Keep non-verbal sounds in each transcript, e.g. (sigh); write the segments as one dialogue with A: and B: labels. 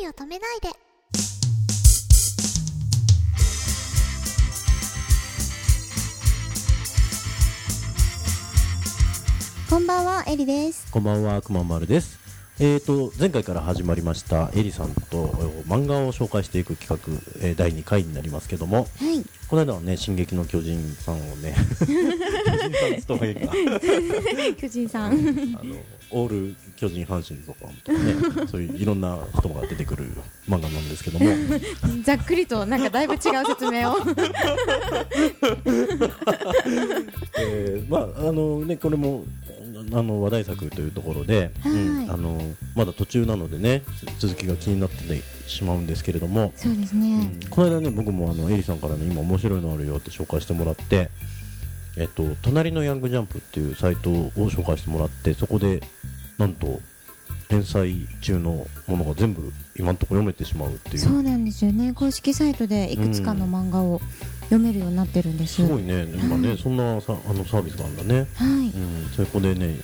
A: 恋を止めないでこんばんはエリです
B: こんばんは、くままるです。えー、と前回から始まりましたエリさんとえー漫画を紹介していく企画、えー第2回になりますけども
A: はい
B: この間はね「進撃の巨人」さんをね (laughs) 巨人さんっつった方がいいか
C: (laughs) 巨人さ
B: あ
C: ん。
B: のオール巨人阪神とかとかねそういういろんな人が出てくる漫画なんですけど
C: (laughs)
B: も
C: ざっくりと、なんかだいぶ違う説明を。
B: えーまああのねこれもあの話題作というところで、
A: はい
B: うんあのまだ途中なのでね続きが気になってしまうんですけれども
C: そうですね。
B: この間ね僕もあのエリさんからね今面白いのあるよって紹介してもらってえっと隣のヤングジャンプっていうサイトを紹介してもらってそこでなんと連載中のものが全部今のところ読めてしまうってい
C: そううなんですよね。公式サイトでいくつかの漫画を読めるようになってるんです。
B: すごいね今ねそんなさあのサービスなんだね
C: はい。
B: うんそこでね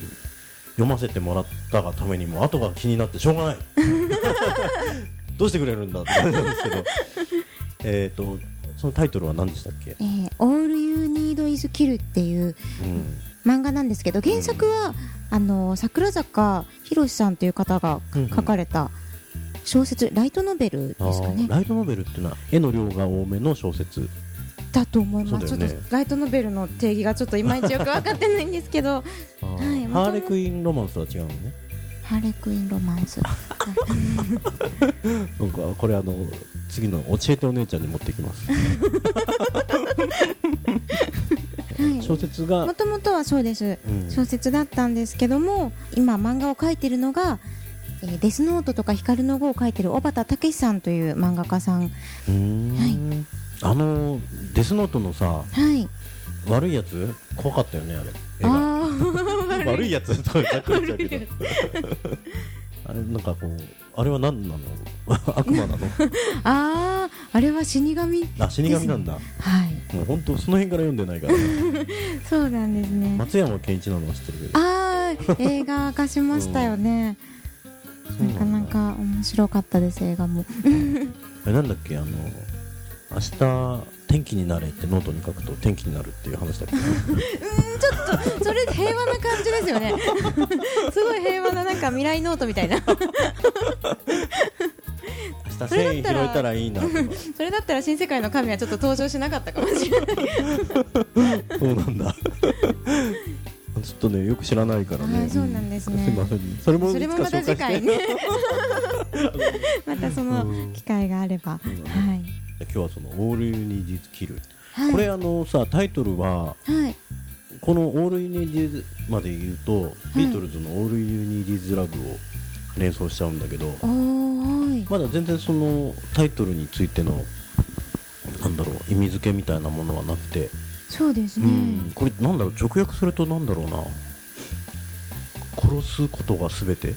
B: 読ませてもらったがためにも後が気になってしょうがないどうしてくれるんだって感じなんですけど (laughs) えっとそのタイトルは何でしたっけ
C: えー、All You Need Is Kill っていう
B: うん
C: 漫画なんですけど原作は、あの桜坂博さんという方が
B: うんうん
C: 書かれた小説、ライトノベルで
B: あー
C: すかね
B: ライトノベルっていうのは絵の量が多めの小説
C: だと思います
B: そうだよね
C: ちょっとライトノベルの定義がちょっといまいちよく分かってないんですけどはい
B: ハーレクインロマンスとは違うのね
C: (laughs) ハーレクインロマンス
B: なんかこれあの次の教えてお姉ちゃんに持っていきます
C: (laughs)
B: 小説が
C: もともとはそうです
B: うん
C: 小説だったんですけども今漫画を描いてるのが「えーデスノート」とか「光の碁」を描いてる小畑武さんという漫画家さん
B: うーんあのデスノートのさ
C: はい
B: 悪いやつ怖かったよねあれ絵が
C: あー (laughs)
B: 悪いやつ (laughs) とかざっくり言っちゃうけどあれなんかこうあれは何なの (laughs) 悪魔な
C: (laughs)
B: の
C: あーあれは死神
B: あ死神なんだ
C: はい
B: もう本当その辺から読んでない
C: (laughs)
B: から
C: そうなんですね、
B: 松山ケンイチなのは知ってるけど
C: ああ映画化しましたよね、なかなか面白かったです映画も (laughs)
B: あれなんだっけあの明日天気になれってノートに書くと天気になるっていう話だっ
C: (laughs)
B: け
C: それ平和な感じですよね (laughs) すごい平和ななんか未来ノートみたいな
B: 明日繊維拾えたらいいなとか
C: それだったら新世界の神はちょっと登場しなかったかもしれない
B: そうなんだ (laughs) ちょっとねよく知らないから
C: あ
B: ね
C: ーそうなんですね
B: すいませんそれも
C: それもまた
B: いつか紹
C: 次
B: 介
C: 回
B: して
C: ね (laughs) またその機会があれ
B: ん
C: ば、はい
B: 今日はその「オール・ユニディズ・キル」
C: はい
B: これあのさタイトルは
C: はい
B: この「オール・ユニディズ」まで言うと、ビートルズの「オール・ユニディズ・ラブ」を連想しちゃうんだけど
C: おーい
B: まだ全然そのタイトルについてのなんだろう意味付けみたいなものはなくて、
C: そうです
B: う
C: ね、
B: ん、これなんだろう直訳するとなんだろうな殺すことが全て
C: う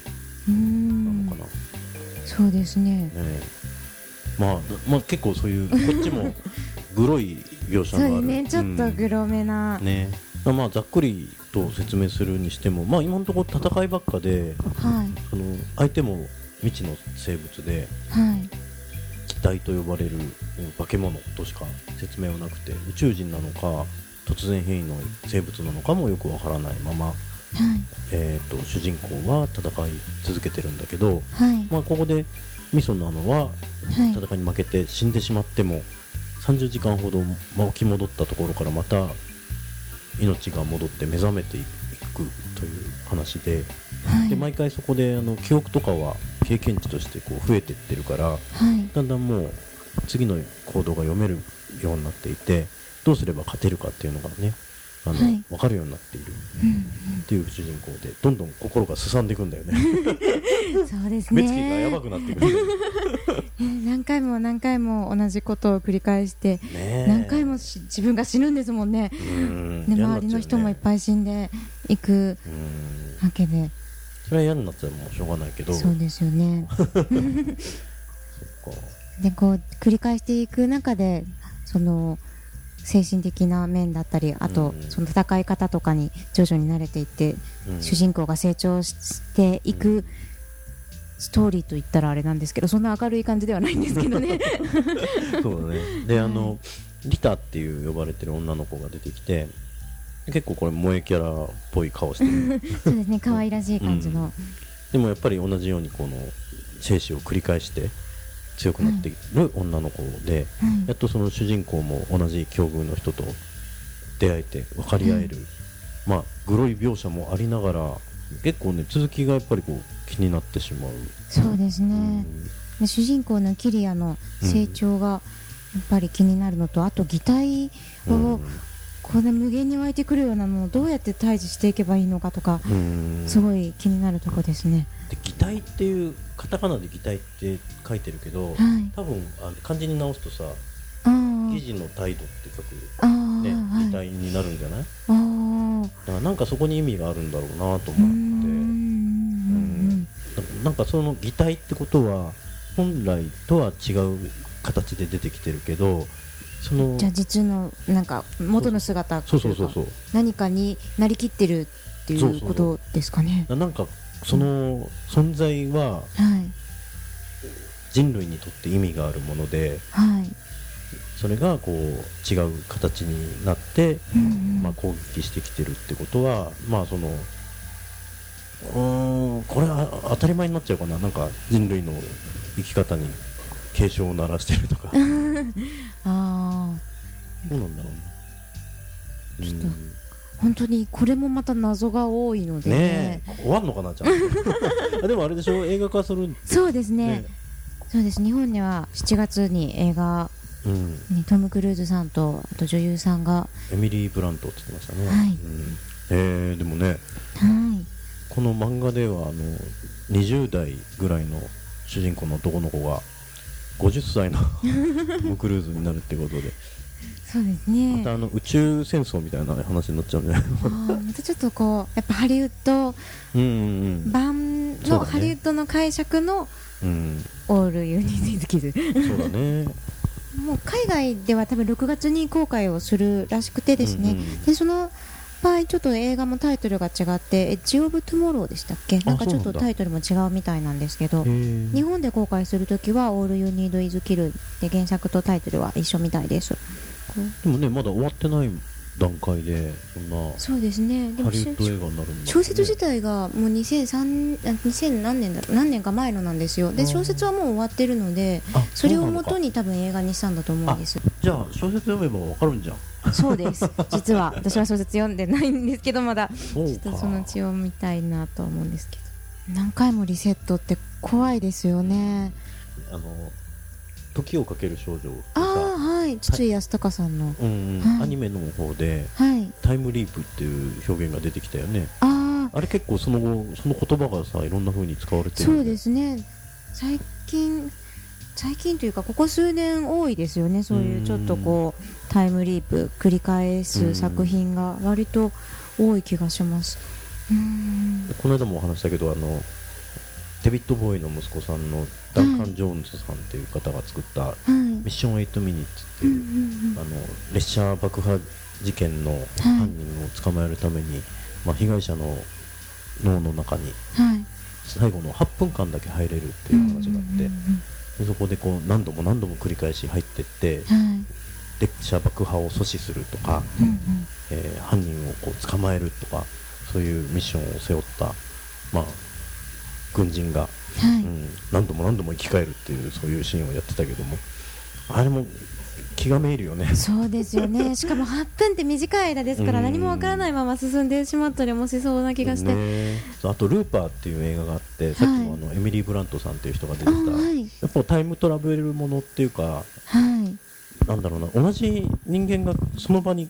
C: ー
B: なの
C: ん
B: かな、ね
C: そうですね
B: えまあ、まあ結構そういうこっちもグロい描写
C: (laughs)
B: が
C: そうで
B: ある
C: すねちょっとグロめな、
B: うんねまあざっくりと説明するにしてもまあ今のところ戦いばっかで
C: はい
B: その相手も未知の生物で
C: はい
B: 機体と呼ばれるうん化け物としか説明はなくて宇宙人なのか突然変異の生物なのかもよくわからないまま、えー、と主人公は戦い続けてるんだけど、
C: はいはい
B: まあ、ここでミソなのは
C: はい
B: 戦いに負けて死んでしまっても30時間ほどまあ起き戻ったところからまた命が戻って目覚めていくという話で
C: はい
B: で毎回そこであの記憶とかは経験値としてこう増えていってるから。
C: はい
B: だんだんもう次の行動が読めるようになっていてどうすれば勝てるかっていうのがねあの、
C: はい
B: 分かるようになっている
C: うん
B: っていう主人公でどんどん心がすさんでいくんだよね
C: うんそうです
B: 目
C: ね
B: つきがやばくなっていくんだよ
C: えー何回も何回も同じことを繰り返して、
B: ね
C: 何回もし自分が死ぬんですもんね
B: うん
C: ね周りの人もいっ
B: い
C: ぱい死んでいく
B: うん
C: わけで
B: それは嫌になっちゃうもうしょうがないけど
C: そうですよね
B: そっか
C: でこう繰り返していく中でその精神的な面だったりあと
B: うん
C: その戦い方とかに徐々に慣れていって
B: うん
C: 主人公が成長していく
A: ストーリーと言ったらあれなんですけどそんな明るい感じではないんですけど
B: (laughs)
A: ね
B: そうだねであの、リタっていう呼ばれてる女の子が出てきて結構これ萌えキャラっぽい顔してる
C: (laughs)
A: そうですね可愛らしい感じの、
B: でもやっぱり同じようにこの精子を繰り返して強くなっている女の子で、
A: はい
B: やっとその主人公も同じ境遇の人と出会えて分かり合える、まあグロい描写もありながら結構ね続きがやっぱりこう気になってしまう、
A: そうですね、
B: うん
A: で主人公のキリアの成長がやっぱり気になるのと、あと擬態を、こんな無限に湧いてくるようなのをどうやって対峙していけばいいのかとか
B: うん
A: すごい気になるとこですね、
B: で擬態っていうカタカナで擬態って書いてるけど、
A: はい
B: 多分あの漢字に直すとさ
A: あ
B: 「
A: ー
B: 疑似の態度」って書く、
A: あ
B: ね
A: ー、
B: 擬
A: はい
B: 態になるんじゃないだ
A: あー
B: からなんかそこに意味があるんだろうなと
A: うー
B: 思って。
A: ん
B: ななんかその擬態ってことは本来とは違う形で出てきてるけどその
A: じゃあ実のなんか元の姿ってい
B: そう
A: か
B: そうそうそう
A: 何かになりきってるってい
B: そうそう
A: う
B: そう
A: ことですかね
B: ななんかその存在は
A: はい
B: 人類にとって意味があるもので
A: はい
B: それがこう違う形になって、
A: うんうん
B: まあ、攻撃してきてるってことはまあそのうーんこれは当たり前になっちゃうかななんか人類の生き方に警鐘を鳴らしてるとか
A: ああ
B: どうなんだろうな。
A: ちょっと
B: うん
A: 本当にこれもまた謎が多いので、
B: ねえ、終わんのかなちゃん
A: (laughs)
B: とあでもあれでしょ映画化するん
A: そうですね
B: ね
A: そうです日本では7月に映画
B: うん
A: にトム・クルーズさんとあと女優さんが
B: エミリー・ブラントって言ってましたね、
A: はい
B: うんえーでもね
A: はい
B: この漫画ではあの20代ぐらいの主人公の男の子が50歳
A: (laughs)
B: のトム・クルーズになるってことで
A: そうです
B: ま
A: ね
B: たあの宇宙戦争みたいな話になっちゃうんじゃない
A: あーまたちょっとこうやっぱハリウッド
B: (laughs) うんうん
A: 版
B: そ
A: の、
B: うだね
A: ハリウッドの解釈の
B: うん、うん、
A: オールユニティズキ
B: (laughs)
A: ズ
B: そうだね
A: もう海外では多分6月に公開をするらしくてですね、
B: うんうん
A: でその場合ちょっと映画もタイトルが違って「エッジ・オブ・トゥモロー」でしたっけなんかちょっ
B: そうな
A: と
B: んだ
A: タイトルも違うみたいなんですけど
B: へー
A: 日本で公開するときは「All You Need Is Kill」で原作とタイトルは一緒みたいです
B: でもねまだ終わってない段階でそんな
A: そうですねで
B: ハ
A: も
B: リウッド映画になるんだ、ね、
A: 小説自体がもう2003あ2000何年だ何年か前のなんですよ
B: う
A: で
B: ん
A: 小説はもう終わってるので
B: あ
A: それを
B: うなのか
A: 元に多分映画にしたんだと思うんです
B: じゃあ小説読めばわかるんじゃん
A: そうです (laughs) 実は私は小説読んでないんですけどまだ
B: そ
A: ちょっとその血を見たいなとは思うんですけど何回もリセットって怖いですよね
B: あの時をかける少女
A: ああ
B: さ、
A: はい筒井康隆さんの
B: うんうん
A: はい
B: アニメの方で
A: はい
B: タイムリープっていう表現が出てきたよね
A: ああ
B: あれ結構その後その言葉がさいろんな風に使われてる
A: そうですすね最近最近というかここ数年多いですよねそういうちょっとこうタイムリープ繰り返す作品が割と多い気がしますうーん
B: この間もお話ししたけどあのデビッド・ボーイの息子さんのダンカン・ジョーンズさんっていう方が作った
A: はい
B: 「ミッション8ミニッツ」って
A: うんう
B: いうんあの列車爆破事件の犯人を捕まえるために、まあ、被害者の脳の中に
A: うんはい
B: 最後の8分間だけ入れるっていう話があって、でそこでこう何度も何度も繰り返し入ってって
A: うんうんうんはい
B: 列車爆破を阻止するとか、
A: うんうん
B: えー犯人をこう捕まえるとかそういうミッションを背負った、まあ、軍人が、
A: は
B: う
A: い
B: ん、何度も何度も生き返るっていうそういうシーンをやってたけどもあれも気がめいるよね。
A: そうですよねしかも8分って短い間ですから
B: うん
A: 何もわからないまま進んでしまったりもしそうな気がして、
B: ねそうあと「ルーパー」っていう映画があってさっきもあの、エミリー・ブラントさんっていう人が出て
A: あ
B: た、
A: はい
B: やっぱタイムトラベルものっていうか
A: はい
B: なんだろうな同じ人間がその場に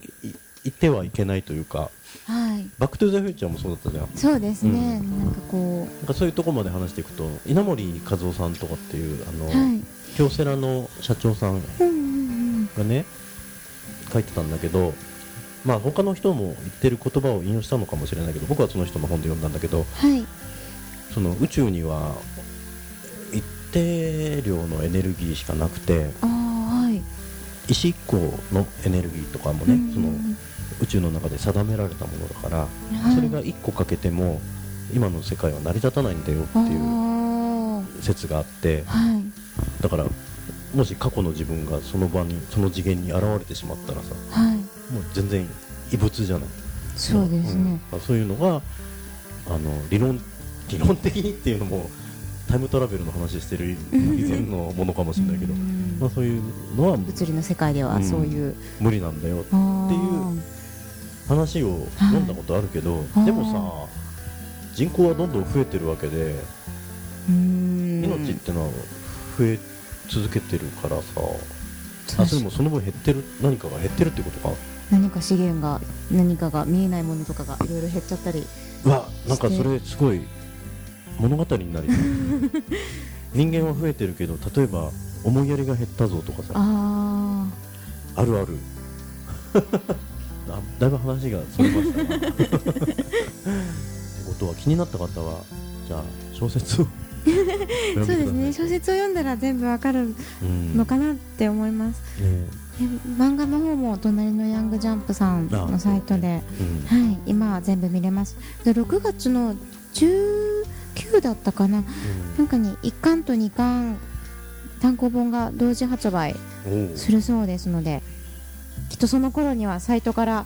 B: いいてはいけないというか
A: はい
B: 「バック・トゥ・ザ・フューチャー」もそうだったじゃん
A: そうですね、
B: う
A: なんかこう
B: なんかそういうとこまで話していくと稲森和夫さんとかっていうあの、
A: はい
B: 京セラの社長さん
A: うんうん
B: がね書いてたんだけどまあ他の人も言ってる言葉を引用したのかもしれないけど僕はその人の本で読んだんだけど
A: うんはい
B: その宇宙には一定量のエネルギーしかなくて
A: あーはい
B: 石1個のエネルギーとかもね、
A: うん
B: その宇宙の中で定められたものだから、
A: はい
B: それが1個かけても今の世界は成り立たないんだよって
A: あ
B: いう
A: ー
B: 説があって
A: はい
B: だからもし過去の自分がその場にその次元に現れてしまったらさ
A: はい
B: もう全然異物じゃない
A: そうですね、
B: うんそういうのがあの理論理論的にっていうのもタイムトラベルの話してる以前のものかもしれないけど、
A: うん
B: まあ、そういうのは
A: 物理の世界ではそういう、
B: 無理なんだよっていう話を
A: はい
B: 飲んだことあるけど、
A: ー
B: でもさ人口はどんどん増えてるわけで命
A: 命
B: ってのは増え続けてるからさ、あそれもその分減ってる何かが減ってるってことか
A: 何か資源が何かが見えないものとかがいろいろ減っちゃったり
B: うわなんかそれすごい物語にな
A: (laughs)
B: るよ人間は増えてるけど例えば思いやりが減ったぞとかさ
A: あ
B: あるあ (laughs) るあだいぶ話がそれました
A: (laughs)
B: わってことは気になった方はじゃあ小説
A: (laughs)
B: を
A: あそうですね小
B: 説
A: 説を読んだら全部わかるのかなって思います、
B: ね
A: で漫画の方も「隣のヤングジャンプ」さんのサイトで、
B: うん
A: はい、今は全部見れますで6月の19だったかななんかに1巻と2巻単行本が同時発売
B: うんおう
A: するそうですのできっとその頃にはサイト
B: (laughs)
A: から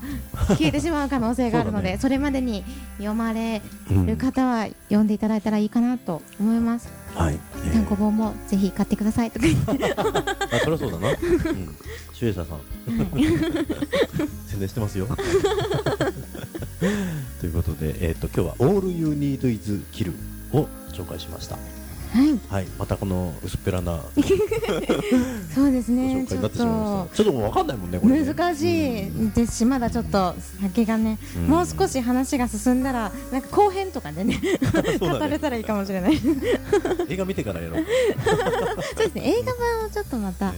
A: 消えてしまう可能性があるのでそ,、
B: そうだね
A: れまでに読まれ
B: うん
A: る方は読んでいただいたらいいかなと思います、
B: はいえー
A: 単行本もぜひ買ってくださいとか言って
B: あそりゃそうだな、うん、シュエイサーさん (laughs) 宣伝してますよ (laughs) ということで、えー、と今日は「All You Need Is Kill」を紹介しました、
A: はい
B: はい、またこの薄っぺらな
A: (laughs) そうです
B: ご紹
A: ねち
B: 介に
A: ょ
B: なっ
A: って
B: しまいま
A: と
B: したちょっともう分かんないもんねこれね
A: 難し
B: うん
A: いですしまだちょっと先がね
B: うん
A: もう少し話が進んだらなんか後編とかでね
B: (laughs) そう
A: 語
B: だね
A: れたらいいかもしれないそう
B: 映画見てからやろう、
A: ですね映画版をちょっとまた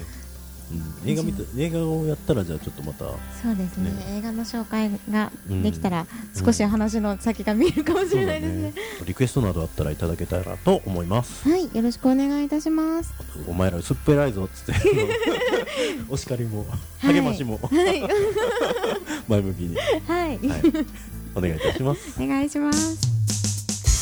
B: うん、映画見て映画をやったらじゃあちょっとまた
A: そうですね
B: ね
A: 映画の紹介ができたら少し話の先が見えるかもしれないですね,、 (laughs)
B: そうだねリクエストなどあったらいただけたらと思います
A: はいよろしくお願いいたします
B: お前ら薄っぺらいぞっ
A: (laughs)
B: つってお叱りも
A: い
B: 励ましも、
A: はい
B: (laughs) 前向きに、は
A: はい、
B: い、お願いいたします
A: お願いします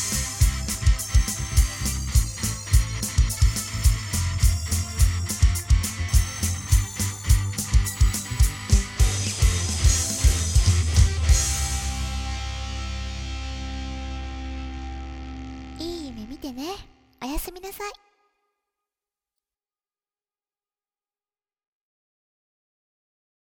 C: いい夢見てね。おやすみなさい。